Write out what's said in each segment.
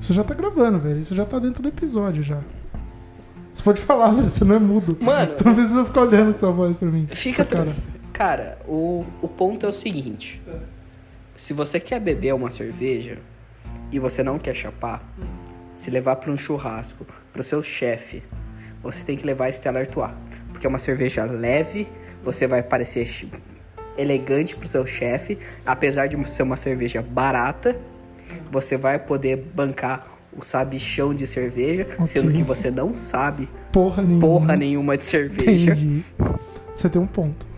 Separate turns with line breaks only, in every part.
Você já tá gravando, velho. Isso já tá dentro do episódio já. Você pode falar, velho. Você não é mudo.
Mano.
Você não precisa ficar olhando com sua voz pra mim.
Fica
Essa cara.
cara. Cara, o, o ponto é o seguinte: se você quer beber uma cerveja e você não quer chapar, se levar pra um churrasco, pro seu chefe, você tem que levar a Stella Artois, porque é uma cerveja leve, você vai parecer chi- elegante pro seu chefe, apesar de ser uma cerveja barata, você vai poder bancar o sabichão de cerveja, sendo
Ok.
que você não sabe
Porra nenhuma.
porra né, nenhuma de cerveja.
Entendi. Você tem um ponto.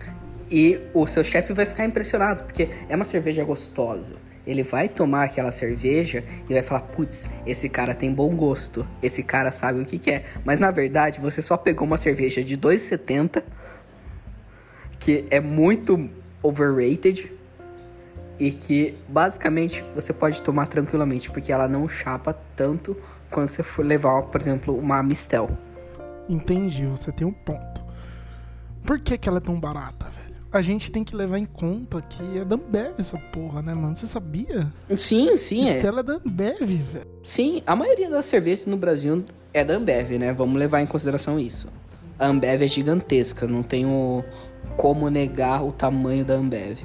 E o seu chefe vai ficar impressionado, porque é uma cerveja gostosa. Ele vai tomar aquela cerveja e vai falar: putz, esse cara tem bom gosto, esse cara sabe o que quer. Mas na verdade, você só pegou uma cerveja de 2,70, que é muito overrated, e que basicamente você pode tomar tranquilamente, porque ela não chapa tanto quando você for levar, por exemplo, uma Mistel.
Entendi, você tem um ponto. Por que, que ela é tão barata, velho? A gente tem que levar em conta que é da Ambev essa porra, né, mano? Você sabia?
Sim, sim, é.
Estela é da Ambev, velho.
Sim, a maioria das cervejas no Brasil é da Ambev, né? Vamos levar em consideração isso. A Ambev é gigantesca, não tenho como negar o tamanho da Ambev.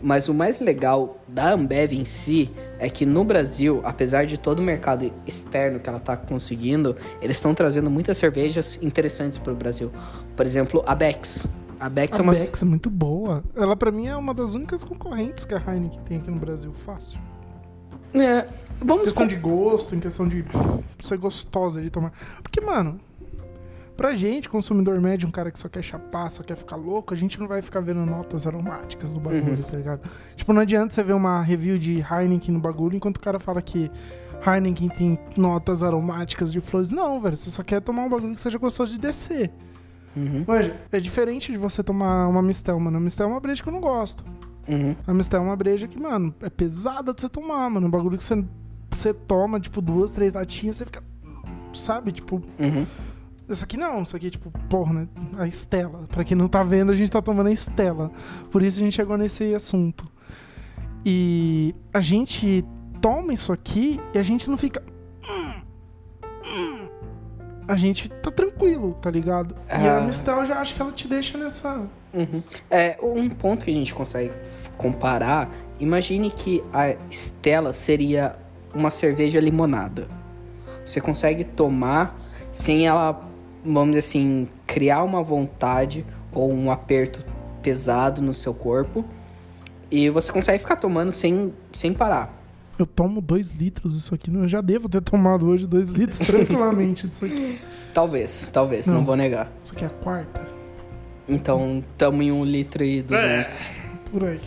Mas o mais legal da Ambev em si é que no Brasil, apesar de todo o mercado externo que ela está conseguindo, eles estão trazendo muitas cervejas interessantes para o Brasil. Por exemplo, a Bex. A Bex é
A
uma
Bex é muito boa. Ela, pra mim, é uma das únicas concorrentes que a Heineken tem aqui no Brasil. Fácil.
É,
Em
vamos
questão de gosto, em questão de ser gostosa de tomar. Porque, mano, pra gente, consumidor médio, um cara que só quer chapar, só quer ficar louco, a gente não vai ficar vendo notas aromáticas do bagulho, tá ligado? Tipo, não adianta você ver uma review de Heineken no bagulho enquanto o cara fala que Heineken tem notas aromáticas de flores. Não, velho, você só quer tomar um bagulho que seja gostoso de descer.
Uhum.
Manja, é diferente de você tomar uma Mistel, mano. A Mistel é uma breja que eu não gosto.
Uhum.
A Mistel é uma breja que, mano, é pesada de você tomar, mano. Um bagulho que você, você toma, tipo, duas, três latinhas, você fica. Sabe? Tipo,
Uhum.
isso aqui não, isso aqui, tipo, porra, né? A Estela. Pra quem não tá vendo, a gente tá tomando a Estela. Por isso a gente chegou nesse assunto. E a gente toma isso aqui e a gente não fica. "Hum, hum". A gente tá tranquilo, tá ligado? E a
Ah.
Mistel eu já acho que ela te deixa nessa.
Uhum. É, um ponto que a gente consegue comparar, imagine que a Stella seria uma cerveja limonada. Você consegue tomar sem ela, vamos dizer assim, criar uma vontade ou um aperto pesado no seu corpo. E você consegue ficar tomando sem, sem parar.
Eu tomo 2 litros disso aqui. não, Eu já devo ter tomado hoje 2 litros tranquilamente disso aqui.
Talvez, talvez, não,
Não.
vou negar.
Isso aqui é a quarta.
Então, tamo em um litro e 200.
Por aí.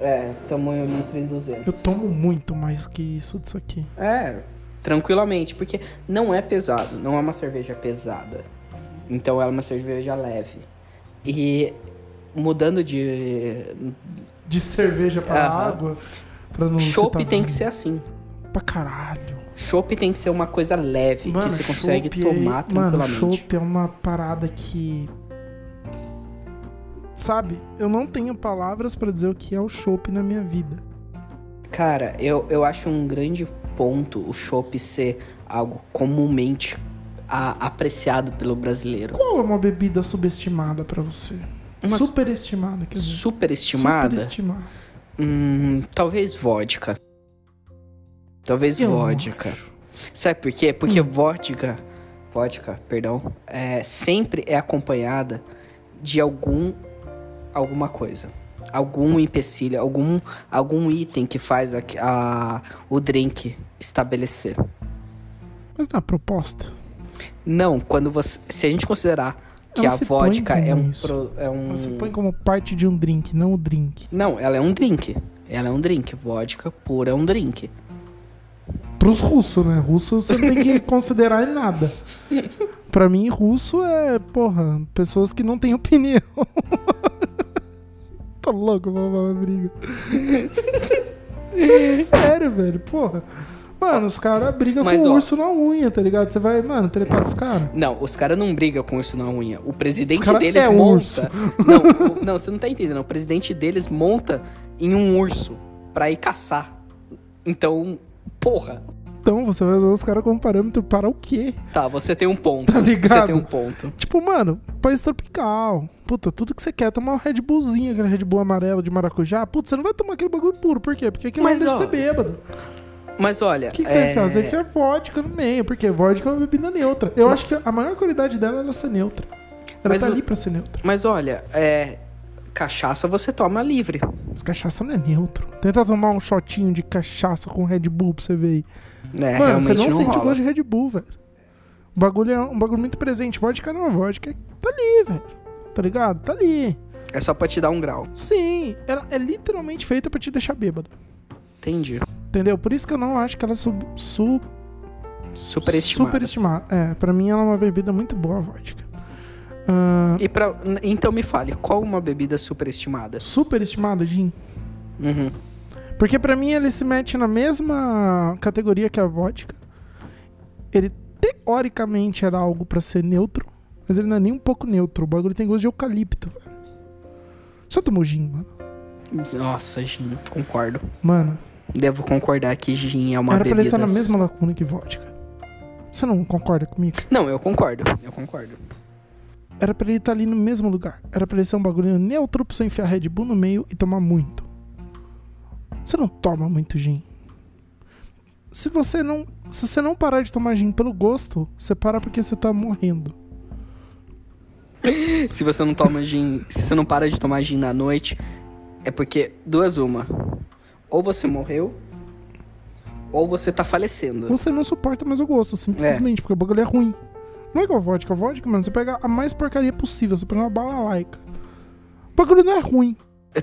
É, tamo em um litro e 200.
Eu tomo muito mais que isso disso aqui.
É, tranquilamente, porque não é pesado, não é uma cerveja pesada. Então ela é uma cerveja leve. E mudando de.
De cerveja pra
Aham.
água. Pra não
Chopp
citar
tem
vinho.
que ser assim.
Pra caralho.
Chopp tem que ser uma coisa leve, que você consegue
chopp é-
tomar
Mano,
tranquilamente.
chopp é uma parada que. Sabe, eu não tenho palavras pra dizer o que é o chopp na minha vida.
Cara, eu, eu acho um grande ponto o chopp ser algo comumente a- apreciado pelo brasileiro.
Qual é uma bebida subestimada pra você?
Uma-
Superestimada, quer dizer.
Superestimada?
Superestimada.
Hum, talvez vodka. Talvez
Eu não
vodka. Sabe por quê? Porque
Hum.
vodka, vodka, perdão, é, sempre é acompanhada de algum alguma coisa, algum empecilho, algum algum item que faz a, a- o drink estabelecer.
Mas na proposta.
Não, quando você, se a gente considerar que
Ela
a
se põe
vodka é
como
um,
isso.
pro- é um
Você põe como parte de um drink, não o drink.
não, ela é um drink. Ela é um drink. Vodka pura é um drink.
Pros russos, né? Russo você não tem que considerar em nada. Pra mim, russo é, porra, pessoas que não têm opinião. Tô louco pra uma briga. Mas é sério, velho, porra. Mano, os caras brigam
Mas,
com o
ó.
urso na unha, tá ligado? Você vai, mano, tretar com os caras.
Não, os caras não brigam com isso na unha. O
Os
presidente
cara
deles
é
monta.
urso.
Não, o- não, você não tá entendendo. O presidente deles monta em um urso pra ir caçar. Então, porra.
Então, você vai usar os caras como parâmetro para o quê?
Tá, você tem um ponto.
Tá ligado?
Você tem um ponto.
Tipo, mano, país tropical. Puta, tudo que você quer, tomar uma Red Bullzinha, aquele Red Bull amarelo de maracujá. Puta, você não vai tomar aquele bagulho puro. Por quê? Porque aquilo
Mas,
deve
ó,
ser bêbado.
Mas olha.
O que, que você
é...
faz? Você enfia vodka no meio, porque vodka é uma bebida neutra. Eu acho que a maior qualidade dela é ela ser neutra. Ela
Mas
tá
o-
ali pra ser neutra.
Mas olha, é. Cachaça você toma livre.
Mas cachaça não é neutro. Tentar tomar um shotinho de cachaça com Red Bull pra você ver aí.
Né?
Mano,
Realmente
você não, sente o
rola.
gosto de Red Bull, velho. O bagulho é um bagulho muito presente. Vodka não, vodka tá ali, velho. Tá ligado? Tá ali.
É só pra te dar um grau.
Sim, ela é literalmente feita pra te deixar bêbado.
Entendi.
Entendeu? Por isso que eu não acho que ela é sub, su-
Superestimado.
superestimada. É, pra mim ela é uma bebida muito boa, a vodka. Ah,
E pra... Então me fale, qual uma bebida superestimada?
superestimada, Jim?
Uhum.
Porque pra mim ele se mete na mesma categoria que a vodka. Ele teoricamente era algo pra ser neutro, mas ele não é nem um pouco neutro. O bagulho tem gosto de eucalipto, velho. Só tomou gin, mano.
Nossa, gin. Concordo.
Mano,
Devo concordar que gin é uma
era pra
bebida. assim.
ele estar na mesma lacuna que vodka. Você não concorda comigo?
Não, eu concordo. Eu concordo.
Era pra ele estar ali no mesmo lugar. Era pra ele ser um bagulho neutro pra você enfiar Red Bull no meio e tomar muito. Você não toma muito gin. Se você não, se você não parar de tomar gin pelo gosto, você para porque você tá morrendo.
Se você não toma gin, se você não para de tomar gin na noite, é porque duas uma. Ou você morreu, ou você tá falecendo.
Você não suporta mais o gosto, simplesmente, porque o bagulho é ruim. Não é igual vodka. Vodka, mano, você pega a mais porcaria possível. Você pega uma balalaica. O bagulho não é ruim.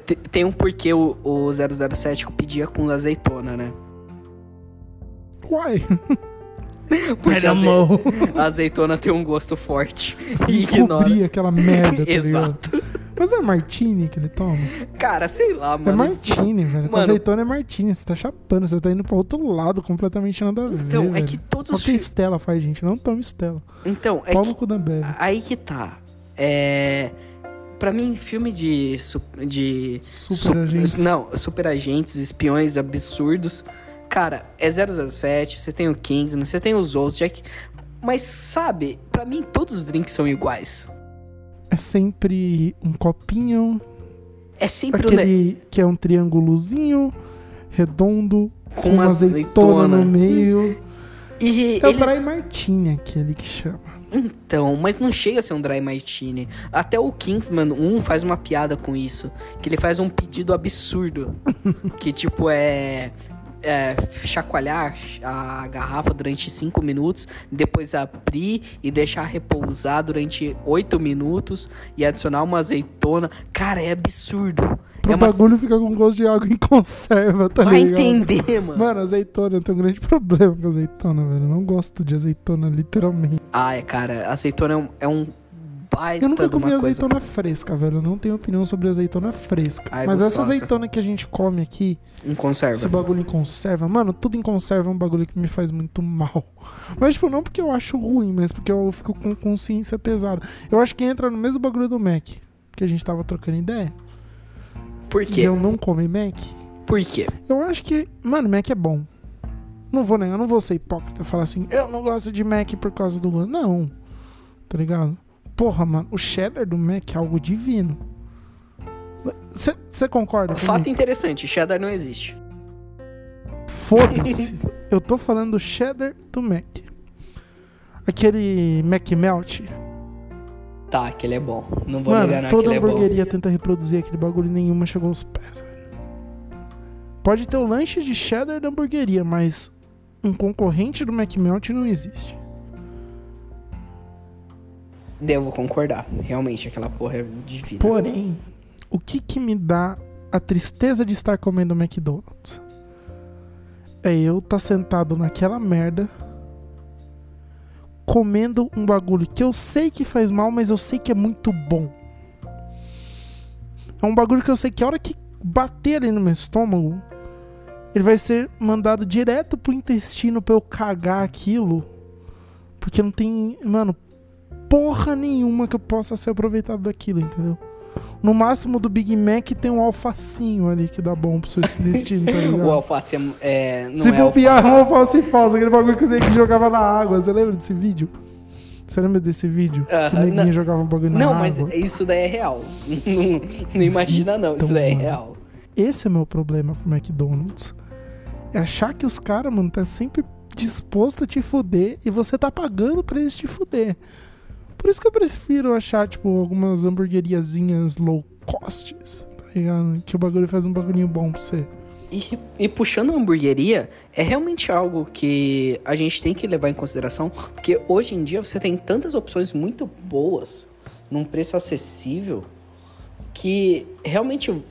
Te- Tem um porquê o, o 007 pedia com azeitona, né?
Uai.
É Porque a aze-
mão.
a azeitona tem um gosto forte. E ignora.
Cobrir aquela merda, tá ligado?
Exato.
Mas é martini que ele toma?
Cara, sei lá,
É
mano.
Martini, velho. Com
Mano-
azeitona é Martini. Você tá chapando, você tá indo pro outro lado completamente nada a ver.
Então, é
velho.
que todos
Olha o
os
que a
filmes.
Estela faz, gente. Não tome Estela.
Então, é
Toma
que
o cu da Bebe.
Aí que tá. É. Pra mim, filme de. su- de
Superagentes.
su- Não, super agentes, espiões absurdos. Cara, é 007, você tem o Kingsman, você tem os outros, Jack. Mas sabe, pra mim todos os drinks são iguais.
É sempre um copinho.
É sempre o ne-
Aquele que é um triângulozinho, redondo, com uma azeitona, no meio.
E
É o
ele-
Bray Martini, aquele que chama.
Então, mas não chega a ser um dry martini. Até o Kingsman 1 faz uma piada com isso. Que ele faz um pedido absurdo. que tipo é, é chacoalhar a garrafa durante 5 minutos, depois abrir e deixar repousar durante 8 minutos e adicionar uma azeitona. Cara, é absurdo.
Pro
é uma...
bagulho fica com gosto de água em conserva, tá
Vai
ligado?
entender, mano.
Mano, azeitona, eu tenho um grande problema com azeitona, velho. Eu não gosto de azeitona, literalmente.
Ai, cara, azeitona é um, é um baita
Eu nunca
de uma
comi
coisa.
azeitona fresca, velho. Eu não tenho opinião sobre azeitona fresca.
Ah, é
Mas essa
gostosa.
azeitona que a gente come aqui,
Um conserva.
esse bagulho em conserva, mano, tudo em conserva é um bagulho que me faz muito mal. Mas, tipo, não porque eu acho ruim, mas porque eu fico com consciência pesada. Eu acho que entra no mesmo bagulho do Mac, que a gente tava trocando ideia.
Por
Que
quê?
eu não comi Mac.
Por quê?
Eu acho que, mano, Mac é bom. Não vou negar, não vou ser hipócrita e falar assim, eu não gosto de Mac por causa do. Não. Tá ligado? Porra, mano, o cheddar do Mac é algo divino. Você concorda?
Um Fato
comigo?
interessante, cheddar não existe.
Foda-se. eu tô falando do cheddar do Mac. Aquele Mac Melt.
Tá, aquele é bom. Não vou negar
Mano,
não,
toda
aquele é bom.
hamburgueria tenta reproduzir aquele bagulho e nenhuma chegou aos pés, velho. Pode ter o lanche de cheddar da hamburgueria, mas um concorrente do McMelt não existe.
Devo concordar. Realmente, aquela porra é divina.
Porém, o que que me dá a tristeza de estar comendo McDonald's? É eu estar sentado naquela merda comendo um bagulho que eu sei que faz mal, mas eu sei que é muito bom. É um bagulho que eu sei que a hora que bater ali no meu estômago, ele vai ser mandado direto pro intestino pra eu cagar aquilo. Porque não tem, mano, porra nenhuma que eu possa ser aproveitado daquilo, entendeu? No máximo do Big Mac tem um alfacinho ali que dá bom pro seu destino, tá ligado?
O alface é, é, não
Se
é
bobear, é
alface.
um alface falso, aquele bagulho que o nego jogava na água. Você lembra desse vídeo? Você lembra desse vídeo? que
Aham,
o neguinho
não-
jogava o bagulho na
Não,
água.
mas isso daí é real. não imagina não, isso
Então,
daí é
mano.
real.
Esse é o meu problema com o McDonald's. É achar que os caras, mano, tá sempre disposto a te fuder e você tá pagando pra eles te fuder. Por isso que eu prefiro achar, tipo, algumas hamburgueriazinhas low costs, tá ligado? Que o bagulho faz um bagulhinho bom pra você.
E, e puxando a hamburgueria, é realmente algo que a gente tem que levar em consideração, porque hoje em dia você tem tantas opções muito boas, num preço acessível, que realmente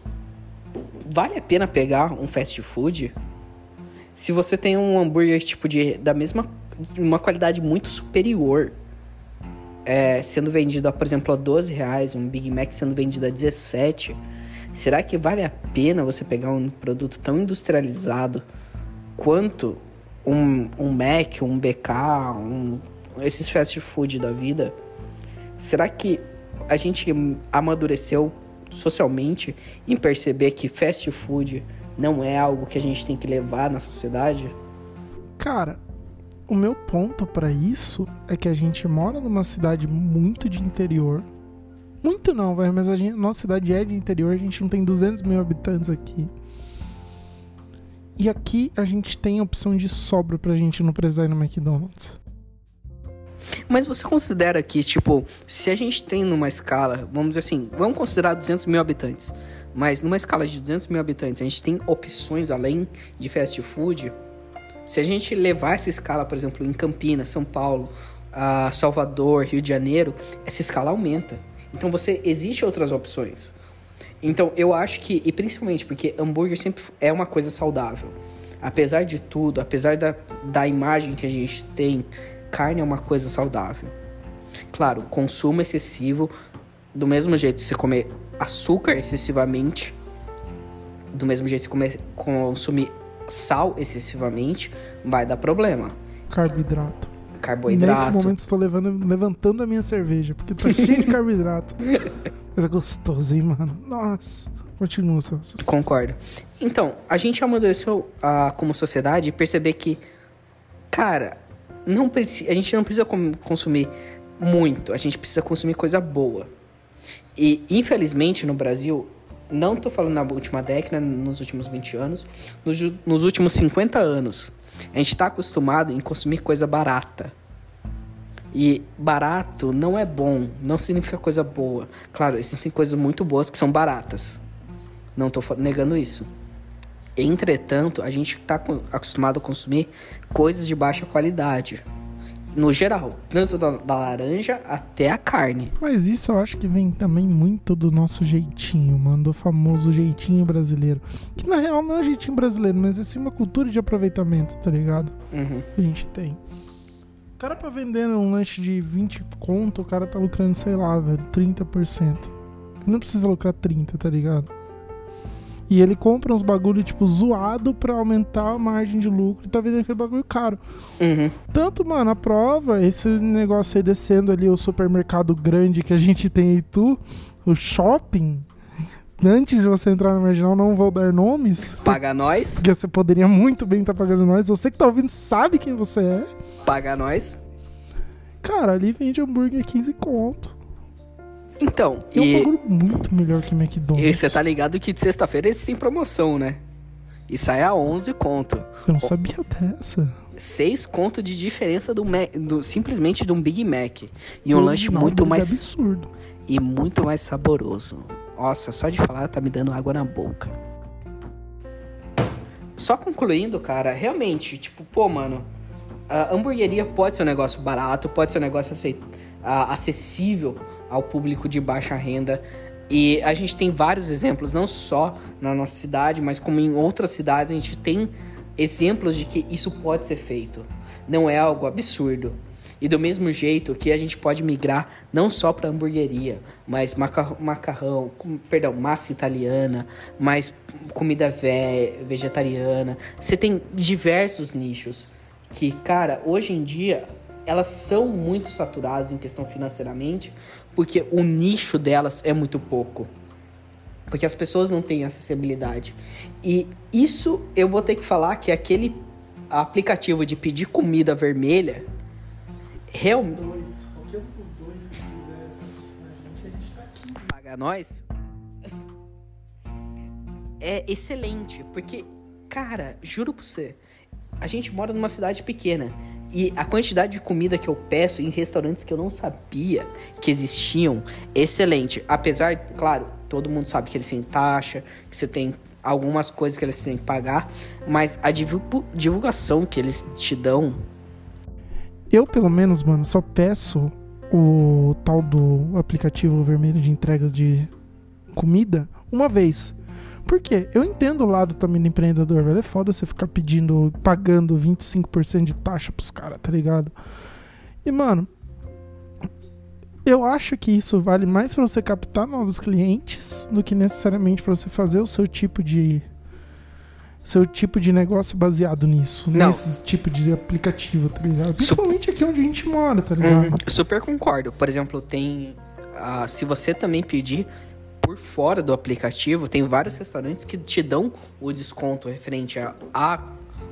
vale a pena pegar um fast food se você tem um hambúrguer tipo de da mesma de uma qualidade muito superior é, sendo vendido a, por exemplo a 12 reais um Big Mac sendo vendido a 17 será que vale a pena você pegar um produto tão industrializado quanto um, um Mac um BK um esses fast food da vida será que a gente amadureceu socialmente em perceber que fast food não é algo que a gente tem que levar na sociedade?
Cara, o meu ponto pra isso é que a gente mora numa cidade muito de interior. Muito não, velho, mas a gente- nossa cidade é de interior, a gente não tem 200 mil habitantes aqui. E aqui a gente tem a opção de sobra pra gente não precisar ir no McDonald's.
Mas você considera que, tipo, se a gente tem numa escala, vamos dizer assim, vamos considerar 200 mil habitantes, mas numa escala de 200 mil habitantes, a gente tem opções além de fast food? Se a gente levar essa escala, por exemplo, em Campinas, São Paulo, ah, Salvador, Rio de Janeiro, essa escala aumenta. Então você existe outras opções. Então eu acho que, e principalmente porque hambúrguer sempre é uma coisa saudável. Apesar de tudo, apesar da, da imagem que a gente tem, carne é uma coisa saudável. Claro, consumo excessivo, do mesmo jeito se comer açúcar excessivamente, do mesmo jeito se comer, consumir sal excessivamente, vai dar problema.
Carboidrato.
Carboidrato.
Nesse momento estou levando- levantando a minha cerveja, porque tá cheio de carboidrato. Mas é gostoso, hein, mano? Nossa. Continua, Celso.
Concordo. Então, a gente amadureceu ah, como sociedade e perceber que, cara, não preci- a gente não precisa com- consumir muito, a gente precisa consumir coisa boa. E, infelizmente, no Brasil, não tô falando na última década, nos últimos 20 anos, nos, ju- nos últimos 50 anos, a gente tá acostumado em consumir coisa barata. E barato não é bom, não significa coisa boa. Claro, existem coisas muito boas que são baratas. Não tô fa- negando isso. Entretanto, a gente tá co- acostumado a consumir coisas de baixa qualidade. No geral, tanto da, da laranja até a carne.
Mas isso eu acho que vem também muito do nosso jeitinho, mano, do famoso jeitinho brasileiro. Que na real não é um jeitinho brasileiro, mas é sim uma cultura de aproveitamento, tá ligado?
Uhum.
Que a gente tem. O cara pra vender um lanche de 20 conto, o cara tá lucrando, sei lá, velho, 30%. Ele não precisa lucrar 30, tá ligado? E ele compra uns bagulho, tipo, zoado pra aumentar a margem de lucro e tá vendendo aquele bagulho caro.
Uhum.
Tanto, mano, a prova, esse negócio aí descendo ali o supermercado grande que a gente tem em Itu, o shopping. Antes de você entrar na marginal, não vou dar nomes.
Paga nós,
Porque você poderia muito bem estar pagando nós. Você que tá ouvindo sabe quem você é.
paga nós.
Cara, ali vende hambúrguer 15 conto.
Então,
É um
e,
bagulho muito melhor que McDonald's.
e você tá ligado que de sexta-feira eles têm promoção, né? E sai a 11 conto.
Eu não sabia dessa.
6 conto de diferença do, Ma- do- simplesmente de um Big Mac. E um
O
lanche
original
muito
deles É
mais
absurdo.
e muito mais saboroso. Nossa, só de falar tá me dando água na boca. Só concluindo, cara, realmente, tipo, pô, mano, a hamburgueria pode ser um negócio barato, pode ser um negócio acei- ah, acessível ao público de baixa renda. E a gente tem vários exemplos, não só na nossa cidade, mas como em outras cidades, a gente tem exemplos de que isso pode ser feito. Não é algo absurdo. E do mesmo jeito que a gente pode migrar não só para hamburgueria, mas macarrão, macarrão com- perdão, massa italiana, mais comida ve vegetariana. Você tem diversos nichos que, cara, hoje em dia elas são muito saturadas em questão financeiramente, porque o nicho delas é muito pouco. Porque as pessoas não têm acessibilidade. E isso eu vou ter que falar que é aquele aplicativo de pedir comida vermelha realmente.
Dois, qualquer um dos dois que quiser patrocinar a gente, a gente tá aqui.
paga nós é excelente, porque, cara, juro pra você, a gente mora numa cidade pequena e a quantidade de comida que eu peço em restaurantes que eu não sabia que existiam, excelente. Apesar, claro, todo mundo sabe que eles têm taxa, que você tem algumas coisas que eles têm que pagar, mas a divu- divulgação que eles te dão
Eu, pelo menos, mano, só peço o tal do aplicativo vermelho de entregas de comida uma vez. Por quê? Eu entendo o lado também do empreendedor, velho. É foda você ficar pedindo, pagando 25% de taxa pros caras, tá ligado? E, mano, eu acho que isso vale mais pra você captar novos clientes do que necessariamente pra você fazer o seu tipo de. Seu tipo de negócio baseado nisso,
Não.
nesse tipo de aplicativo, tá ligado? Principalmente aqui onde a gente mora, tá ligado?
Uhum, Super concordo. Por exemplo, tem. ah, se você também pedir por fora do aplicativo, tem vários restaurantes que te dão o desconto referente a. a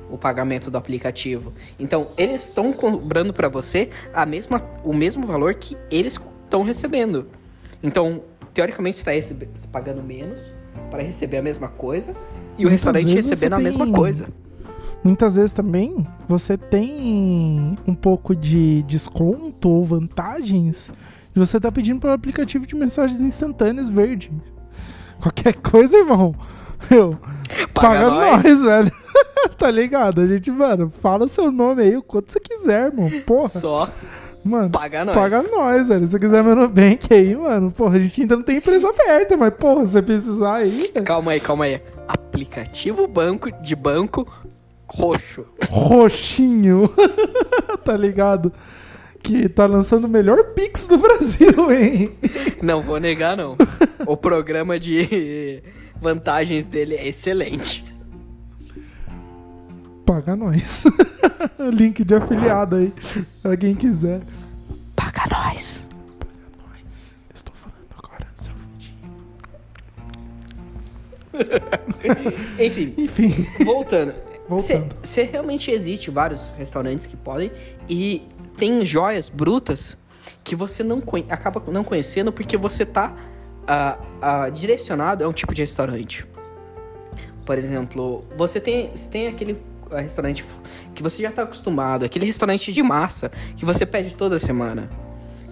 o pagamento do aplicativo. Então, eles estão cobrando pra você a mesma, o mesmo valor que eles estão recebendo. Então, teoricamente, você está pagando menos para receber a mesma coisa e o
Muitas
restaurante
vezes você
recebendo a mesma
tem-
coisa.
Muitas vezes também você tem um pouco de desconto ou vantagens e você tá pedindo pelo aplicativo de mensagens instantâneas verde. Qualquer coisa, irmão. Eu, paga, nós. velho. tá ligado? A gente, mano, fala seu nome aí o quanto você quiser, irmão. Porra.
Só
Mano,
paga nós.
Paga nós, velho. Se você quiser meu Nubank aí, mano, porra, a gente ainda não tem empresa aberta, mas, porra, se você precisar aí.
Calma aí, calma aí. Aplicativo banco de banco roxo.
Roxinho, tá ligado? Que tá lançando o melhor Pix do Brasil, hein?
Não vou negar, não. O programa de vantagens dele é excelente.
Paga nós. Link de afiliado aí, pra quem quiser.
Paga nós.
Nós, estou falando agora no seu vidinho.
Enfim,
Enfim,
voltando.
Voltando.
Você realmente existe vários restaurantes que podem e tem joias brutas que você não conhe- acaba não conhecendo porque você tá ah, ah, direcionado a um tipo de restaurante. Por exemplo, você tem, você tem aquele ah, restaurante que você já tá acostumado, aquele restaurante de massa que você pede toda semana.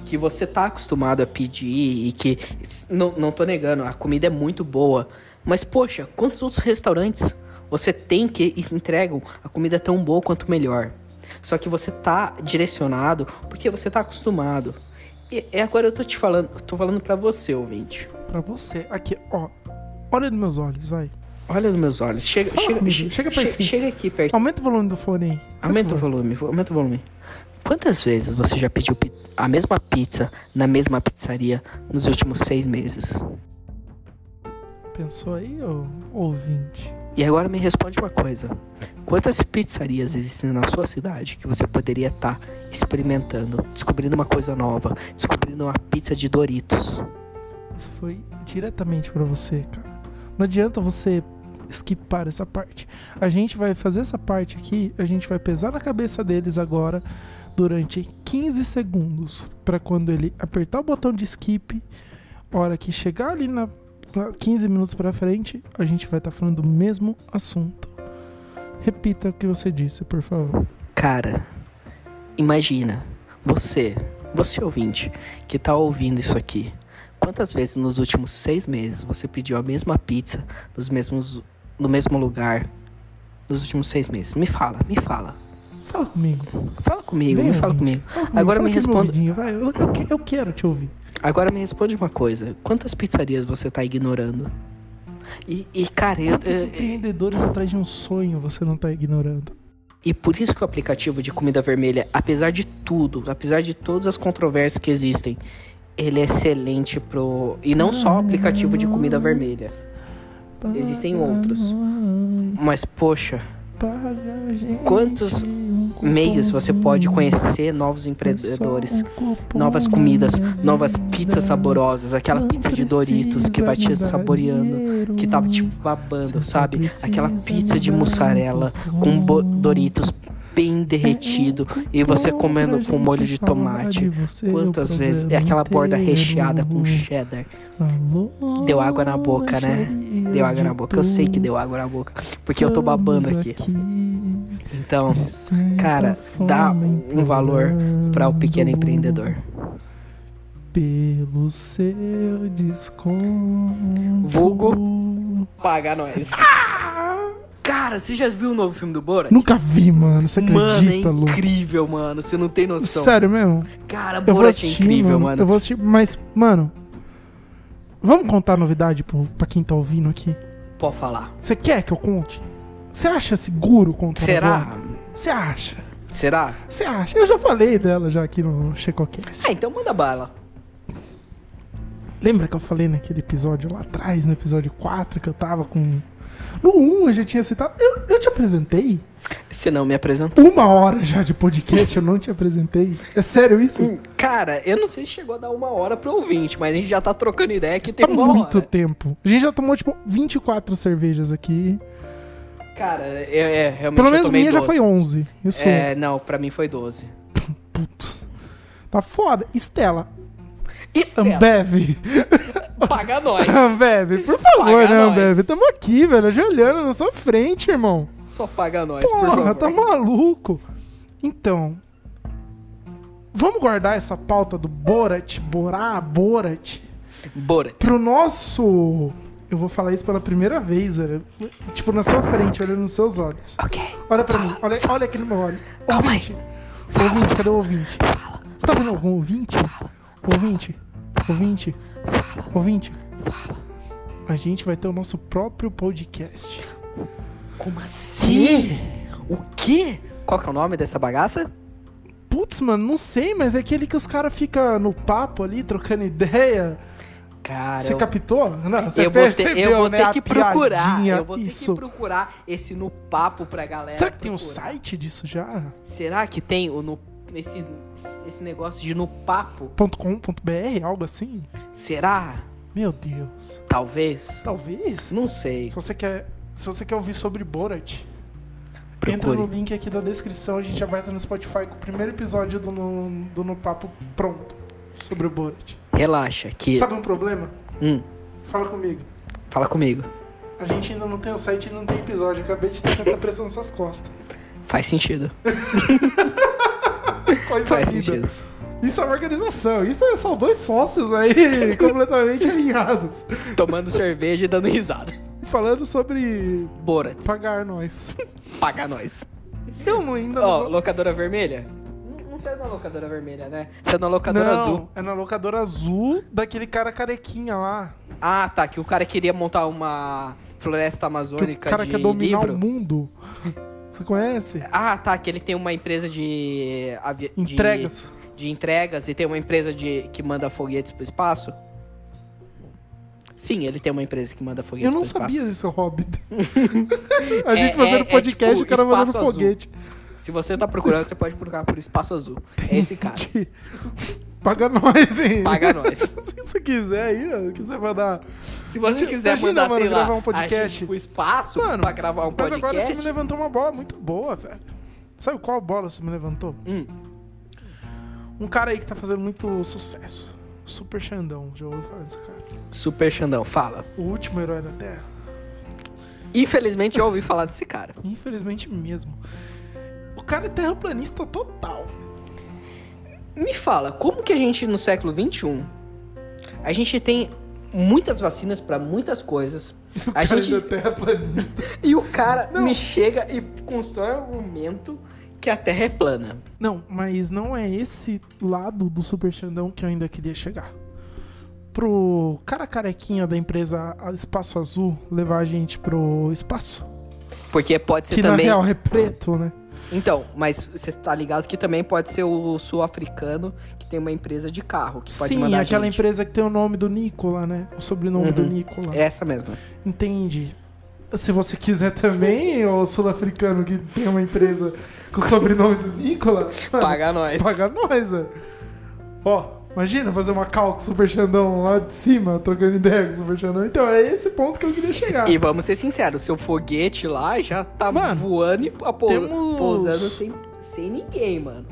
Que você tá acostumado a pedir e que. Não, não tô negando, a comida é muito boa. Mas, poxa, quantos outros restaurantes você tem que entregam a comida tão boa quanto melhor? Só que você tá direcionado porque você tá acostumado. E, e agora eu tô te falando, eu tô falando pra você, ouvinte.
pra você, aqui, ó. Olha nos meus olhos, vai.
Olha nos meus olhos. Chega,
Fala
chega,
comigo,
che-
chega
che-
pertinho.
chega aqui perto.
Aumenta o volume do fone aí. Faz
Aumenta o
favor.
volume, aumenta o volume. Quantas vezes você já pediu pi- a mesma pizza na mesma pizzaria nos últimos seis meses?
Pensou aí, ô ouvinte?
E agora me responde uma coisa: quantas pizzarias existem na sua cidade que você poderia estar experimentando, descobrindo uma coisa nova, descobrindo uma pizza de Doritos?
Isso foi diretamente pra você, cara. Não adianta você skipar essa parte. A gente vai fazer essa parte aqui, a gente vai pesar na cabeça deles agora durante 15 segundos Pra quando ele apertar o botão de skip, hora que chegar ali na na 15 minutos pra frente, a gente vai estar falando do mesmo assunto. Repita o que você disse, por favor.
Cara, imagina, você, você ouvinte, que tá ouvindo isso aqui, quantas vezes nos últimos seis meses você pediu a mesma pizza nos mesmos, no mesmo lugar nos últimos seis meses? Me fala, me fala.
Fala comigo.
Fala comigo,
Vem,
me fala
ouvinte.
comigo.
Fala comigo,
Agora
fala
me
aqui no meu
responda.
ouvidinho, vai. Eu, eu que- eu quero te ouvir.
Agora me responde uma coisa: quantas pizzarias você tá ignorando? E, e, cara, eu,
Quantos
eu-
empreendedores atrás de um sonho você não tá ignorando?
E por isso que o aplicativo de comida vermelha, apesar de tudo, apesar de todas as controvérsias que existem, ele é excelente pro. E não só o aplicativo de comida vermelha. Existem outros. Mas, poxa, Quantos
um
meios você pode conhecer novos empreendedores, novas comidas, novas pizzas saborosas, aquela pizza de Doritos que vai te saboreando, que tá tipo babando, sabe? Aquela pizza
um
de mussarela com bo- Doritos bem derretido e você comendo com molho de tomate. Quantas vezes? É aquela borda recheada com cheddar. Deu água na boca, né? Deu água na boca. Eu sei que deu água na boca, porque eu tô babando aqui. Então, cara, dá um valor para o pequeno empreendedor.
Pelo seu desconto.
Vulgo. Paga nós. Ah! Cara, você já viu o novo filme do Borat?
Nunca vi, mano. Você
Mano, é
acredita, Lu?
incrível, mano. Você não tem noção.
Sério mesmo?
Cara,
Eu vou
Borat é
assistir,
incrível,
mano.
mano.
Eu vou assistir, mas, mano. Vamos contar a novidade pro, pra quem tá ouvindo aqui?
Pode falar.
Você quer que eu conte? Você acha seguro contar
Será?
Você acha?
Será?
Você acha? Eu já falei dela já aqui no Checocast.
Ah, então manda bala.
Lembra que eu falei naquele episódio lá atrás, no episódio 4, que eu tava com. No 1 eu já tinha citado. Eu, eu te apresentei?
Você não me apresentou.
Uma hora já de podcast, eu não te apresentei. É sério isso?
Hum, Cara, eu não sei se chegou a dar uma hora pro ouvinte, mas a gente já tá trocando ideia que tem
Há
uma
muito
hora.
tempo. A gente já tomou, tipo, 24 cervejas aqui.
Cara, é, é realmente
Pelo
eu
menos
tomei
minha já
12.
foi 11. Eu sou.
É, não, pra mim foi 12.
Putz. Tá foda. Estela,
Estela,
Ambev.
paga nós.
Ambev, por favor,
Paga
né,
nós.
Ambev? Tamo aqui, velho, ajoelhando na sua frente, irmão.
Só paga nós, por
Porra,
favor.
tá maluco? Então. Vamos guardar essa pauta do Borat, Borá, Borat,
Borat.
pro nosso. Eu vou falar isso pela primeira vez, velho. Tipo, na sua frente, olhando nos seus olhos.
Ok.
Olha pra mim, olha, olha aqui no meu olho.
Calma aí.
ouvinte. Ouvinte, cadê o ouvinte? Você tá vendo algum ouvinte? Ouvinte? Ouvinte? Ouvinte? A gente vai ter o nosso próprio podcast.
Como assim? O quê? Qual que é o nome dessa bagaça?
Putz, mano, não sei, mas é aquele que os caras ficam no papo ali, trocando ideia.
Cara,
Você
eu-
captou? Não, você
eu vou ter,
percebeu,
eu vou
né?
ter
A
que procurar.
piadinha,
Eu vou ter
isso.
que procurar esse no papo pra galera.
Será que tem um
procurar.
site disso já?
Será que tem o no esse, esse negócio de no papo?
.com.br, algo assim?
Será?
Meu Deus.
Talvez.
Talvez.
Não sei.
Se você quer, se você quer ouvir sobre Borat, entra
Procure.
no link aqui da descrição, a gente já vai estar no Spotify com o primeiro episódio do No, do no Papo pronto sobre o Borat.
Relaxa, que.
Sabe um problema?
Hum,
Fala comigo.
fala comigo.
A gente ainda não tem o site e não tem episódio. Eu Acabei de ter essa pressão nas suas costas.
Faz sentido.
Coisa
Faz
linda.
sentido.
Isso é uma organização. Isso é- são dois sócios aí completamente alinhados.
Tomando cerveja e dando risada.
Falando sobre
Borat,
pagar nós.
paga nós.
Eu não, ainda
Ó,
não. vou-
locadora vermelha? Não, não saiu na locadora vermelha, né? Saiu na locadora
não,
azul.
é na locadora azul daquele cara carequinha lá.
Ah, tá. Que o cara queria montar uma floresta
que o
amazônica
cara
de
quer dominar
livro.
o mundo. Você conhece?
Ah, tá. Que ele tem uma empresa de. avi- de-
Entregas.
De, entregas e tem uma empresa de que manda foguetes pro espaço. Sim, ele tem uma empresa que manda foguetes
Eu não
pro espaço.
sabia disso, Hobbit. A gente
É,
fazendo
é, é
podcast e o
tipo
cara mandando
espaço azul.
foguete.
Se você tá procurando, você pode procurar por espaço azul. É esse cara.
Paga nós, hein?
Paga nós.
Se você quiser aí, ó, quiser mandar.
Se você
Imagina,
quiser mandar,
mano,
sei lá,
gravar um
a
podcast.
gente pro espaço
Mano,
pra gravar um
Mas
podcast.
agora né? você me levantou uma bola muito boa, velho. Sabe qual bola você me levantou?
Hum.
Um cara aí que tá fazendo muito sucesso. Super Xandão, já ouviu falar desse cara.
Super Xandão, fala.
O último herói da Terra.
Infelizmente eu ouvi falar desse cara.
Infelizmente mesmo. O cara é terraplanista total.
Me fala, como que a gente no século XXI, a gente tem muitas vacinas pra muitas coisas. A
cara
gente,
ainda é terraplanista.
e o cara
Não.
me chega e constrói um argumento que a Terra é plana.
Não, mas não é esse lado do Super Xandão que eu ainda queria chegar. Pro cara carequinha da empresa Espaço Azul levar a gente pro espaço.
Porque pode ser
que na
também.
real é preto, né?
Então, mas você tá ligado que também pode ser o sul-africano que tem uma empresa de carro que pode
Sim,
mandar a
aquela
gente.
empresa que tem o nome do Nicola, né? O sobrenome do Nicola.
É Essa mesma.
Entende? Se você quiser também, o sul-africano que tem uma empresa com o sobrenome do Nicola, mano,
Paga nós.
paga nós, velho. Ó, Imagina fazer uma calca Super Xandão lá de cima, trocando ideia com o Super Xandão. Então, é esse ponto que eu queria chegar.
E vamos ser sinceros, seu foguete lá já tá
Mano,
voando e apo-
temos-
pousando sem, sem ninguém, mano.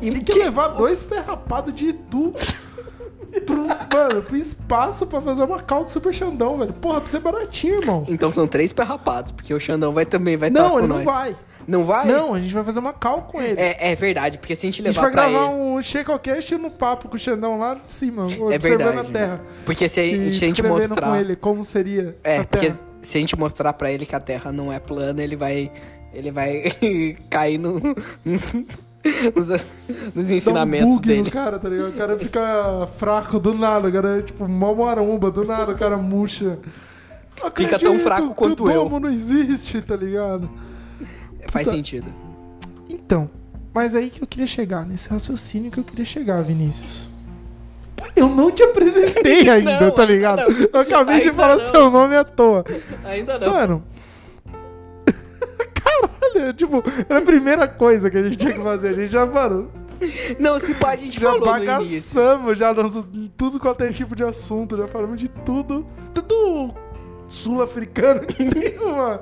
E
Tem que levar dois perrapados de Itu pro, mano, pro espaço pra fazer uma calca Super Xandão, velho. Porra, precisa ser baratinho, irmão.
Então são três perrapados, porque o Xandão vai também, vai tá
Não,
com
ele não
nós.
vai.
Não vai?
Não, a gente vai fazer uma calca com ele.
É, é verdade, porque se a gente
a gente
levar
vai
pra
gravar
ele...
um Checocast no papo com o Xandão lá de cima,
É
um observando
verdade.
a Terra.
Porque se a,
E
se a gente
descrevendo
mostrar...
com ele como seria
É,
a
porque
Terra.
se a gente mostrar pra ele que a Terra não é plana, ele vai. Ele vai cair no, nos, nos- nos
Dá um
ensinamentos
bug
dele.
no cara, tá ligado? O cara fica fraco do nada, o cara é tipo mó maromba, do nada o cara murcha. Não
Fica tão
acredito
fraco
que
quanto
o
eu.
domo não existe, tá ligado?
Faz
Puta.
sentido.
Então, mas aí que eu queria chegar, nesse raciocínio que eu queria chegar, Vinícius. Eu não te apresentei ainda,
Não,
tá
ainda
ligado?
não.
Eu acabei de
Ainda
falar
não. Então-
seu nome à toa.
Ainda não.
Mano. Caralho, tipo, era a primeira coisa que a gente tinha que fazer. A gente já parou.
Não, se pá, a gente
Já
falou no início.
bagaçamos já nosso, tudo quanto é tipo de assunto, já falamos de tudo. Tudo sul-africano que tem, mano.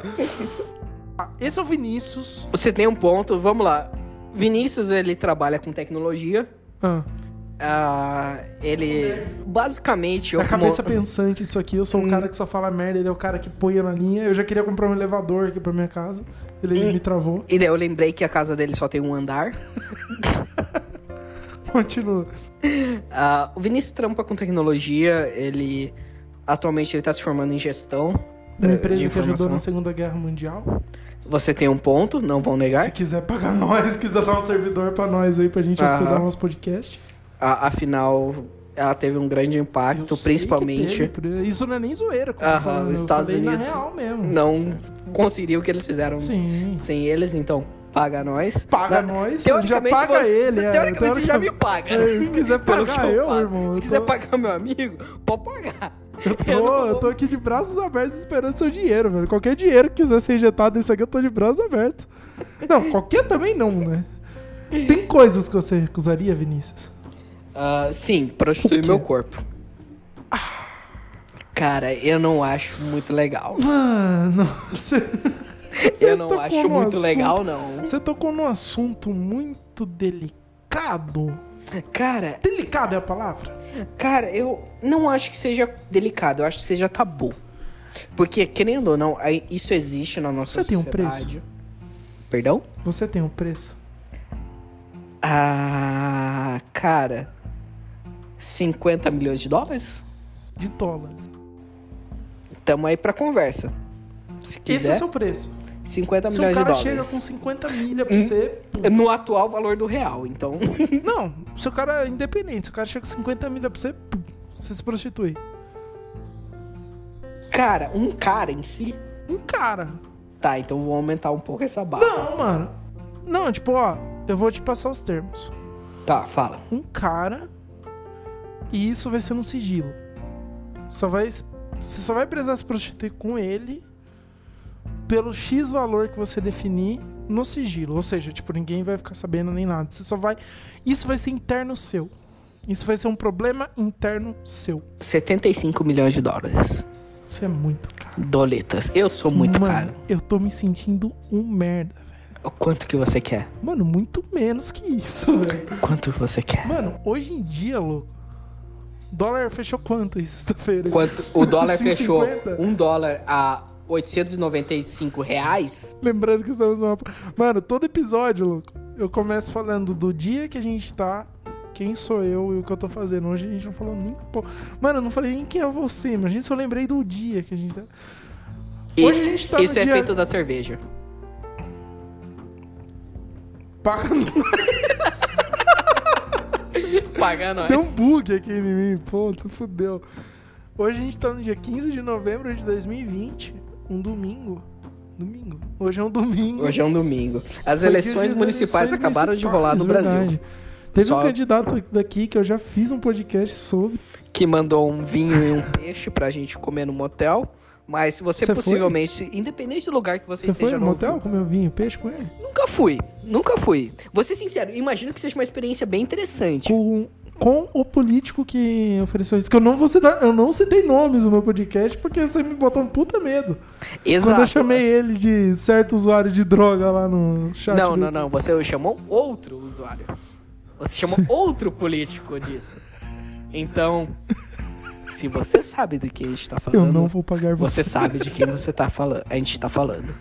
Ah, Esse é o Vinícius.
Você tem um ponto, vamos lá. Vinícius, ele trabalha com tecnologia.
Ah,
Ah, ele. Basicamente.
É a
eu- Hum.
cabeça pensante disso aqui, eu sou um cara que só fala merda, ele é o cara que põe na linha. Eu já queria comprar um elevador aqui pra minha casa. Ele
Hum.
me travou.
E daí eu lembrei que a casa dele só tem um andar.
Continua.
Ah, o Vinícius trampa com tecnologia, ele. Atualmente ele tá se formando em gestão.
Uma
eh,
empresa
de
que ajudou
informação.
na Segunda Guerra Mundial.
Você tem um ponto, não vão negar.
Se quiser pagar nós, quiser dar um servidor pra nós aí, pra gente hospedar
Aham.
o nosso podcast.
A- afinal, ela teve um grande
Eu
impacto,
sei que
principalmente.
teve, por- isso não é nem zoeira, como
Aham,
eu tô falando,
os
eu
Estados
falei
Unidos
na real mesmo.
Não conseguiu o que eles fizeram
Sim.
sem eles, então paga nós.
Paga
Na-
nós, já
Teoricamente,
paga
vo-
ele. é,
teoricamente, você já me paga.
É, se quiser
Pelo
pagar
que
eu,
falo.
irmão,
Se
eu
quiser
tô-
pagar meu amigo, pode pagar.
Eu, tô-
não
eu
vou-
tô aqui de braços abertos esperando seu dinheiro, velho. Qualquer dinheiro que quiser ser injetado nisso aqui, eu tô de braços abertos. Não, qualquer também não, né? Tem coisas que você recusaria, Vinícius?
Ah, sim, prostituir
O quê?
meu corpo. Cara, eu não acho muito legal.
Mano, você. você
eu não
tocou
acho
num
muito
assunto-
legal, não.
Você tocou num assunto muito delicado.
Cara,
Delicado é a palavra?
Cara, eu não acho que seja delicado, eu acho que seja tabu. Porque, querendo ou não, aí isso existe na nossa
Você tem um
sociedade. Perdão?
Você tem um preço?
Ah, cara. 50 milhões de dólares?
De dólares.
Tamo aí pra conversa. Se
Esse
quiser,
é o seu preço.
50
Se um
milhões
cara
de
chega
dólares. Hum?
com 50 milha pra você. pô.
No atual valor do real, então.
Não, se o cara é independente, se o cara chega com 50 milha pra você, pô, você se prostitui.
Cara, um cara em si.
Um cara.
Tá, então vou aumentar um pouco essa barra.
Não, mano. Não, tipo, ó, eu vou te passar os termos.
Tá, fala.
Um cara. E isso vai ser no sigilo. Só vai. Você só vai precisar se prostituir com ele pelo X valor que você definir no sigilo. Ou seja, tipo, ninguém vai ficar sabendo nem nada. Você só vai. Isso vai ser interno seu. Isso vai ser um problema interno seu.
75 milhões de dólares.
Isso é muito caro.
Doletas. Eu sou muito
Mano,
caro.
Eu tô me sentindo um merda, velho.
O quanto que você quer?
Mano, muito menos que isso, velho.
Quanto você quer?
Mano, hoje em dia, louco. Dólar fechou quanto aí sexta-feira?
Quanto o dólar fechou
1,50?
um dólar a 895 reais?
Lembrando que estamos numa. Mano, todo episódio, louco, eu começo falando do dia que a gente tá, quem sou eu e o que eu tô fazendo. Hoje a gente não falou nem. Pô... Mano, eu não falei nem quem é você, mas a gente só lembrei do dia que a gente tá. Hoje a gente tá no
Isso é
dia-
feito da cerveja.
Paga nós.
Paga nós.
Deu um bug aqui em mim, pô, tu fudeu. Hoje a gente tá no dia 15 de novembro de 2020, um domingo. Domingo. Hoje é um domingo.
Hoje é um domingo.
Foi
As
dia
eleições
das
municipais
eleições
acabaram de rolar no
municipais,
Brasil.
é verdade. Teve
Só-
um candidato daqui que eu já fiz um podcast sobre.
Que mandou um vinho e um peixe pra gente comer no motel. Mas se você,
Você foi?
possivelmente, independente do lugar que você,
Você
esteja
foi no motel comer um vinho e peixe com ele?
Nunca fui. Nunca fui. Vou ser sincero, imagino que seja uma experiência bem interessante.
Com um, com o político que ofereceu isso. Que eu não vou citar, eu não citei nomes no meu podcast porque você me botou um puta medo.
Exato.
Quando eu chamei ele de certo usuário de droga lá no chat.
Não,
do
não,
YouTube.
não. Você chamou outro usuário. Você chamou outro político disso. Então, se você sabe do que a gente tá falando,
Eu não vou pagar você.
você sabe de quem você tá falando. A gente tá falando.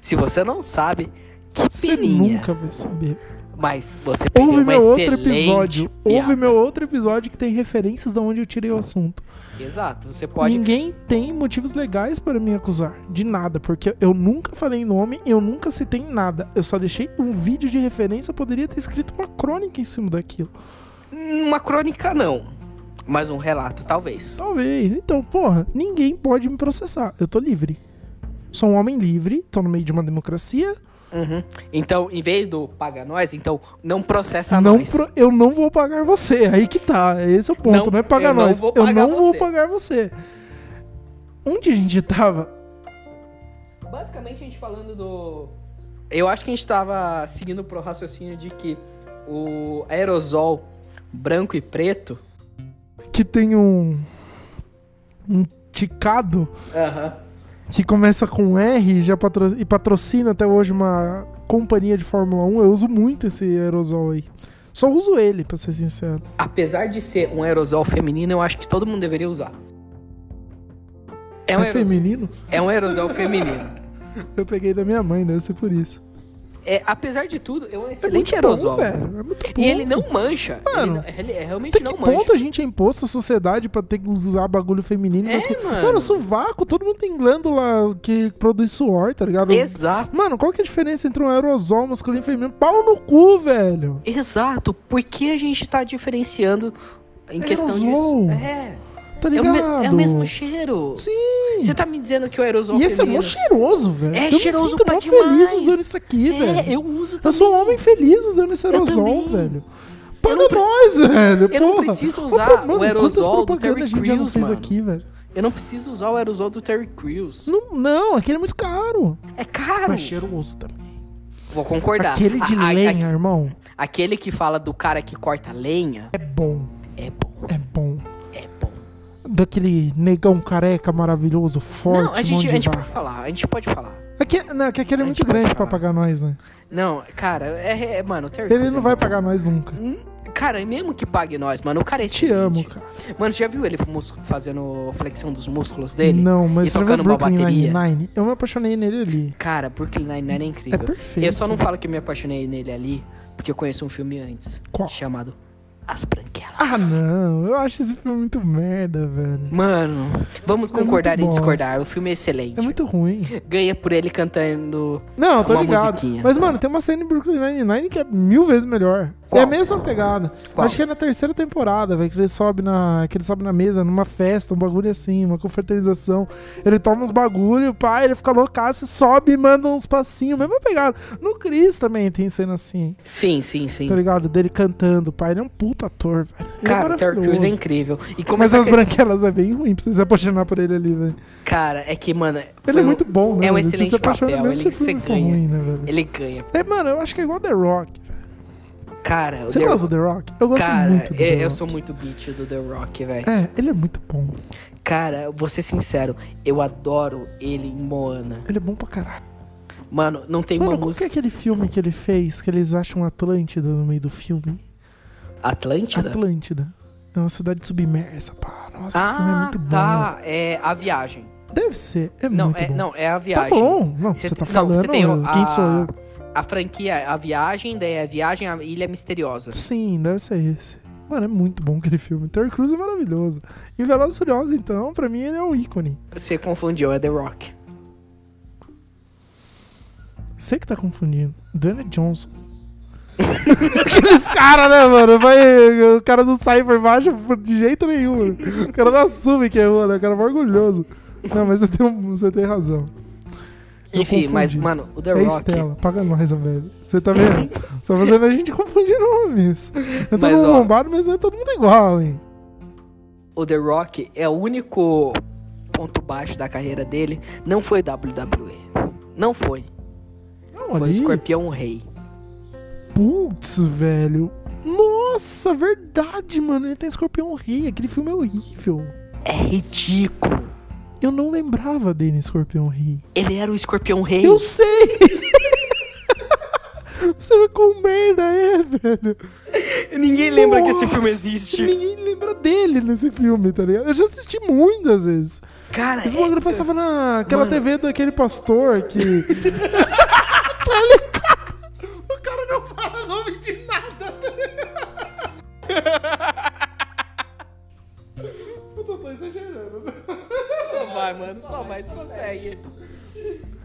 Se você não sabe, que
Você
pininha.
nunca vai saber.
Mas você perdeu
Ouve
uma
meu outro
excelente
episódio.
piada.
Ouve meu outro episódio que tem referências de onde eu tirei o assunto.
Exato. Você pode
Ninguém tem motivos legais para me acusar de nada, porque eu nunca falei nome, eu nunca citei nada. Eu só deixei um vídeo de referência, eu poderia ter escrito uma crônica em cima daquilo. Hum.
Uma crônica não, mas um relato talvez.
Talvez. Então, porra, ninguém pode me processar. Eu tô livre. Sou um homem livre, tô no meio de uma democracia.
Uhum. Então, em vez do paga nós, então não processa
não
nós.
pro- eu não vou pagar você. Aí que tá. Esse é o ponto.
Não,
Não, é pagar
eu não
nós.
vou
eu
pagar
não vou
você.
pagar você. Onde a gente tava?
Basicamente a gente falando do Eu acho que a gente tava seguindo pro raciocínio de que o aerosol branco e preto,
Que tem um. Um ticado que começa com R e já patro- e patrocina até hoje uma companhia de Fórmula 1. Eu uso muito esse aerosol aí. Só uso ele, pra ser sincero.
apesar de ser um aerosol feminino, eu acho que todo mundo deveria usar. É um,
é
aerosol,
feminino?
é um aerosol feminino.
Eu peguei da minha mãe, deve ser por isso.
É, apesar de tudo, é um
É muito
excelente aerosol.
bom, velho. É muito bom.
E ele não mancha.
Mano,
ele, não- ele é realmente
Até que
não mancha.
ponto a gente é imposto à sociedade pra ter que usar bagulho feminino?
É,
mas que-
mano.
mano, sovaco, todo mundo tem glândula que produz suor, tá ligado?
Exato.
Mano, qual que é a diferença entre um aerosol masculino e feminino? Pau no cu, velho!
Exato. Por que a gente tá diferenciando em questão
Aerosol.
de. É.
Tá
É o,
ligado?
me- é o mesmo cheiro.
Sim!
Você tá me dizendo que o aerosol
E esse é mó
feminino...
cheiroso, velho.
É
eu me
cheiroso
sinto
pra
mó
demais.
feliz usando isso aqui, velho.
É, eu uso
Eu
também.
sou um homem feliz usando esse aerosol,
também.
velho.
Eu
Paga
não pre-
nós, velho.
eu não
porra.
preciso
Qual
usar
pro-
o
mano,
aerosol do
Quantas propagandas a
Terry
gente já não
Crews,
fez
mano?
aqui, velho?
Eu não preciso usar o aerosol do Terry Crews.
Não, não, aquele é muito caro.
É caro.
Mas cheiroso também.
Vou concordar.
Aquele de
A- a-
lenha,
aque-
irmão,
aquele que fala do cara que corta lenha
é bom.
é bom.
É bom.
É bom.
Daquele negão careca maravilhoso, forte,
não, a gente,
mão de
a gente
vaca.
pode falar. A gente pode falar.
É que- não, é que aquele é
a
muito
gente pode
grande pra
falar.
pagar nós, né?
Não, cara, é, é- mano, o Terry
Ele
Crews
não
é
vai
muito
pagar nós nunca.
Hum, Cara, mesmo que pague nós, mano, o cara é
Te
excelente.
amo, cara.
Mano, você já viu ele mus- fazendo flexão dos músculos dele?
Não, mas
E
você já
tocando
viu
uma
Brooklyn
bateria.
Nine-Nine? Eu me apaixonei nele ali.
Cara, Brooklyn Nine-Nine é incrível.
É perfeito.
Eu só não falo que me apaixonei nele ali, porque eu conheço um filme antes.
Qual?
Chamado As Branquelas.
Ah, não. Eu acho esse filme muito merda, velho.
Mano, vamos concordar e
É muito
discordar. O filme é excelente.
É muito ruim.
Ganha por ele cantando...
Não, tô
É Uma
ligado.
musiquinha.
Mas, mano, tem uma cena em Brooklyn Nine-Nine que é mil vezes melhor.
Qual?
É a mesma pegada.
Qual?
Acho que é na terceira temporada, velho, que ele sobe na. Que ele sobe na mesa, numa festa, um bagulho assim, uma confraternização. Ele toma uns bagulho, pá, ele fica loucaço, sobe e manda uns passinhos, mesma pegada. No Chris também tem cena assim,
Sim, sim, sim.
tá ligado? Dele cantando, pá. Ele é um puta ator, velho. Ele
Cara, o
é
Terry Crews
maravilhoso.
é incrível. E como
Mas
essa
as
que-
branquelas é bem ruim pra você se apaixonar por ele ali, velho.
Cara, é que, mano...
Ele é muito bom, né?
É um
velho?
excelente
você se apaixona
papel.
mesmo
Ele,
se o
você
filme for
ganha.
ruim, né, velho?
Ele ganha.
É, mano, eu acho que é igual The Rock.
Cara, o
Você
The
gosta do The Rock? Eu gosto
Cara,
muito do
eu,
The
eu
Rock.
sou muito beat do The Rock, velho.
É, ele é muito bom.
Cara, vou ser sincero, eu adoro ele em Moana.
Ele é bom pra caralho.
Mano, não tem
Mano,
uma
qual que é
música.
aquele filme que ele fez que eles acham Atlântida no meio do filme?
Atlântida?
Atlântida. É uma cidade submersa, pá. Nossa, o filme é
ah,
muito bom.
tá. É a viagem.
Deve ser. É
Não,
muito
é,
bom.
não, é a viagem.
tá bom. Não,
Cê
você tá
te- não,
falando.
cê tem o-
Quem
a-
sou eu?
A franquia, é a viagem, daí a viagem, a ilha misteriosa.
Sim, deve ser esse. Mano, é muito bom aquele filme. Terry Crews é maravilhoso. E Velozes e Furiosos, então, pra mim ele é um ícone.
Você confundiu, é The Rock.
Você que tá confundindo. Dwayne Johnson. Aqueles caras, né, mano? Vai, o cara não sai por baixo de jeito nenhum. né? O cara não assume que errou, né? O cara é orgulhoso. Não, mas você tem, um, você tem razão. Eu
Enfim, mas,
confundi.
mano, o The
é
Rock.
Estela, paga nós, ô velho. Você tá vendo? Você tá fazendo a gente confundir nomes. É todo
Mas,
mundo
ó.
bombado, mas não é todo mundo igual, hein?
O The Rock é o único ponto baixo da carreira dele. Não foi WWE. Não foi.
Não,
Foi
ali-
Escorpião Rei.
Putz, velho. Nossa, Nossa, verdade, mano. Ele tem Escorpião Rei. Aquele filme é horrível.
É ridículo.
Eu não lembrava dele em Escorpião Rei.
Ele era o escorpião rei.
Eu sei! Você vê quão merda é, velho.
Ninguém lembra que esse
Nossa,
filme existe.
Ninguém lembra dele nesse filme, tá ligado? Eu já assisti muitas vezes.
Cara,
Esse
é-
bagulho passava naquela
Mano.
TV daquele pastor que. Tá ligado? O cara não fala nome de nada. tá ligado? Puta, eu tô exagerando. né?
só vai, mano. Só vai, só segue.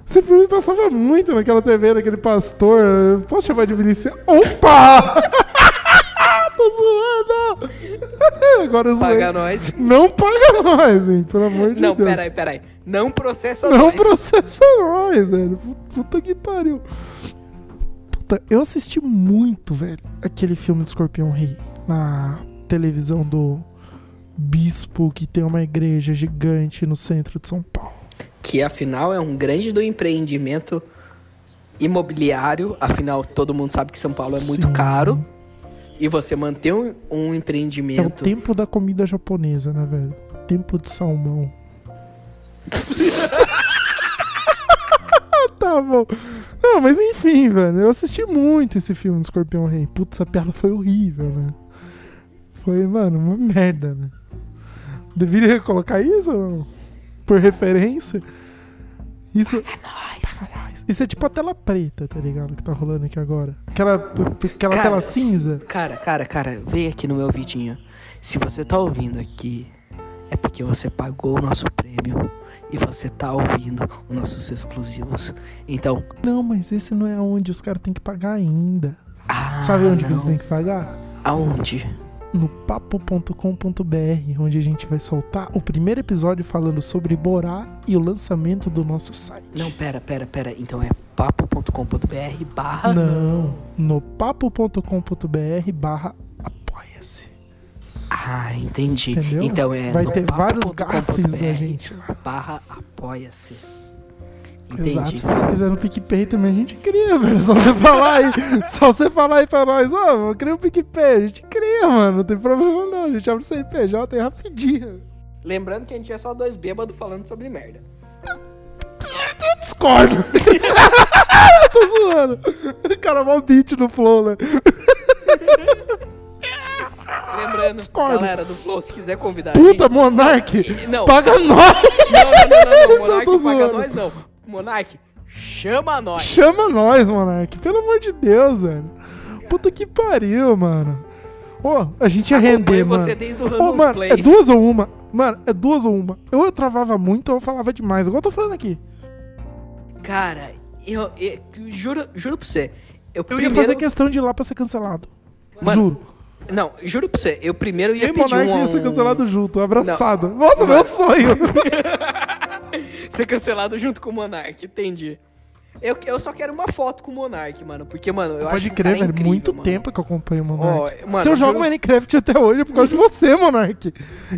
Esse filme passava muito naquela TV daquele pastor. Posso chamar de milícia? Opa! tô zoando! Agora eu zoei.
Paga nós.
Não paga nós, hein? Pelo amor de
Não,
Deus.
peraí, peraí. Não processa
Não
nós.
processa nós, velho. Pu- Puta que pariu. Puta, eu assisti muito, velho, aquele filme do Escorpião Rei na televisão do bispo que tem uma igreja gigante no centro de São Paulo.
Que afinal é um grande do empreendimento imobiliário. Afinal, todo mundo sabe que São Paulo é muito
Sim.
caro. E você manter um, um
É o
empreendimento.
tempo da comida japonesa, né, velho? Tempo de salmão. tá bom. Não, mas enfim, velho. Eu assisti muito esse filme do Escorpião Rei. Putz, essa piada foi horrível, né? Foi, mano, uma merda, né? Deveria colocar isso ou não? Por referência? Isso. Nós. Isso é tipo a tela preta, tá ligado? Que tá rolando aqui agora. Aquela, aquela
Cara,
tela cinza.
Cara, cara, cara, vem aqui no meu vidinho. Se você tá ouvindo aqui, é porque você pagou o nosso prêmio e você tá ouvindo os nossos exclusivos. Então,
Não, mas esse não é onde os caras têm que pagar ainda.
ah,
Sabe onde que
não.
eles têm que pagar?
Aonde?
No papo.com.br, onde a gente vai soltar o primeiro episódio falando sobre Borá e o lançamento do nosso site.
Não, pera, pera, pera. Então é papo.com.br barra.
Não. No papo.com.br barra apoia-se.
Ah, entendi.
Entendeu?
Então é.
Vai
no
ter vários
papo.com.br
gafes da gente lá.
Barra apoia-se. Entendi.
Exato. Se você quiser no PicPay também, a gente cria, velho. Só você falar aí. só você falar aí pra nós, ó, eu cria o PicPay, a gente cria, mano. Não tem problema não. A gente abre o CNPJ aí rapidinho.
Lembrando que a gente é só dois bêbados falando sobre merda.
Eu discordo. Tô zoando. Cara, mó beat no flow, né?
Lembrando,
Ah, Discordo.
galera do Flow, se quiser convidar
Puta,
a gente.
Monark.
Não.
Paga nós.
Não, não, não, não, não.
Só tô
Monark paga
zoando.
nós, não. Monark, chama nós.
Chama nós, Monark. Pelo amor de Deus, velho. Puta que pariu, mano. Ô, a gente ia render,
Acompanho
mano.
você desde o
Ô,
Randall's
mano,
Place.
é duas ou uma. Mano, é duas ou uma. Ou eu travava muito ou eu falava demais. Igual eu tô falando aqui.
Cara, eu, eu- eu juro, juro pra você. Eu,
Eu
primeiro...
ia fazer questão de ir lá pra ser cancelado.
Mano,
Juro.
Não, juro pra você. Eu primeiro ia
Eu e
pedir
Monark
um...
ia ser cancelado junto, abraçado.
Não.
Nossa, meu
Mano.
sonho.
ser cancelado junto com o Monark, entendi. Eu, eu só quero uma foto com o Monark, mano. Porque, mano, eu acho
Pode
que o
crer,
cara é
velho.
incrível,
muito
mano.
tempo que eu acompanho o Monark.
Ó, mano,
Se eu
eu
jogo
juro-
Minecraft até hoje é por causa de você, Monark.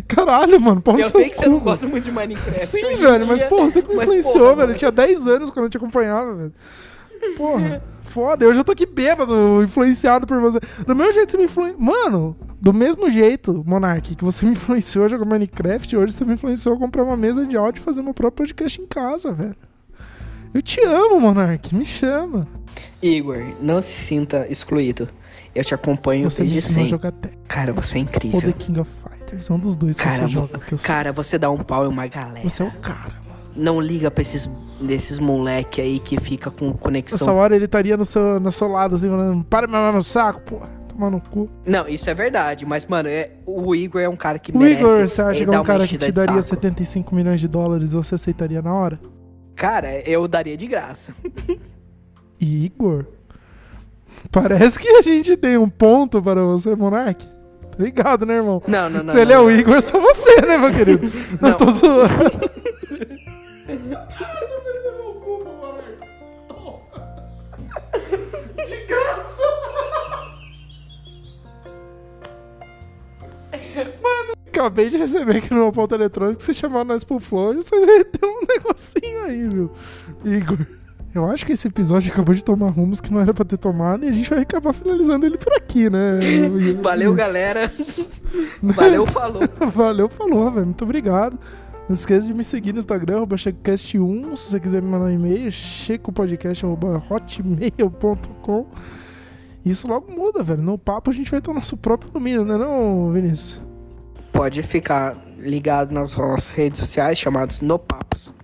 Caralho, mano. Pau no
Eu
seu
sei que você não
um cu.
gosta muito de Minecraft. hoje
Sim,
em
velho, mas
dia,
porra, você que me
mas,
influenciou,
porra,
velho. Eu
mano,
tinha 10 anos quando eu te acompanhava, velho. Porra, foda. Eu já tô aqui bêbado, influenciado por você. Do mesmo jeito que você me influenciou. Mano, do mesmo jeito, Monark, que você me influenciou a jogar Minecraft, hoje você me influenciou a comprar uma mesa de áudio e fazer meu próprio podcast em casa, velho. Eu te amo, Monark. Me chama.
Igor, não se sinta excluído. Eu te acompanho
Você me
desde
ensinou a
sempre.
jogar até.
Cara, você é
Ou
incrível.
The King of Fighters, um dos dois que você
Cara,
joga, que eu sei.
cara, você dá um pau em uma galera.
Você é o cara, mano.
Não liga pra esses desses moleque aí que fica com
Nessa
conexão.
hora ele estaria no seu, no seu lado, assim, falando, para de mamar meu saco, porra. Tomar no cu.
Não, isso é verdade, mas mano, é, o Igor é um cara que
O
merece.
Igor, você acha
ele
que é
dar
um
uma
cara que
enchida
te
de
daria
saco.
75 milhões de dólares, você aceitaria na hora?
Cara, eu daria de graça.
Igor? Parece que a gente tem um ponto para você, Monark. Tá ligado, né, irmão?
Não, não, não.
Se ele
não,
é o Igor, eu sou você, né, meu querido? Não,
Não.
tô zoando. Acabei de receber aqui no meu ponto eletrônico que você chamou nós pro Flow e você tem um negocinho aí, viu? Igor. Eu acho que esse episódio acabou de tomar rumos que não era pra ter tomado e a gente vai acabar finalizando ele por aqui, né?
Valeu,
Isso.
galera. Valeu, falou.
Valeu, falou, velho. Muito obrigado. Não esqueça de me seguir no Instagram, arroba ChecoCast1. Se você quiser me mandar um e-mail, checopodcast.hotmail.com. Isso logo muda, velho. No papo a gente vai ter o nosso próprio domínio, né, não, Vinícius?
Pode ficar ligado nas nossas redes sociais chamadas No Papos.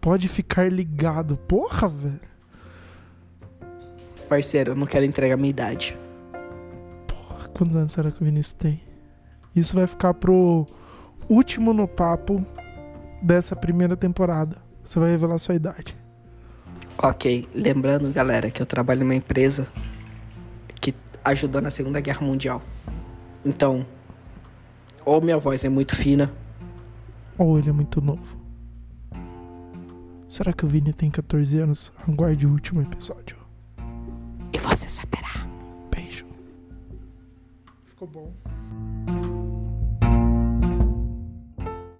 Pode ficar ligado. Porra, velho.
Parceiro, eu não quero entregar minha idade.
Porra, Quantos anos será que o Vinícius tem? Isso vai ficar pro último no papo dessa primeira temporada. Você vai revelar sua idade.
Ok, lembrando, galera, que eu trabalho numa empresa que ajudou na Segunda Guerra Mundial. Então, ou minha voz é muito fina,
Ou ele é muito novo? Será que o Vini tem 14 anos? Aguarde o último episódio.
e você saberá.
Beijo. Ficou bom.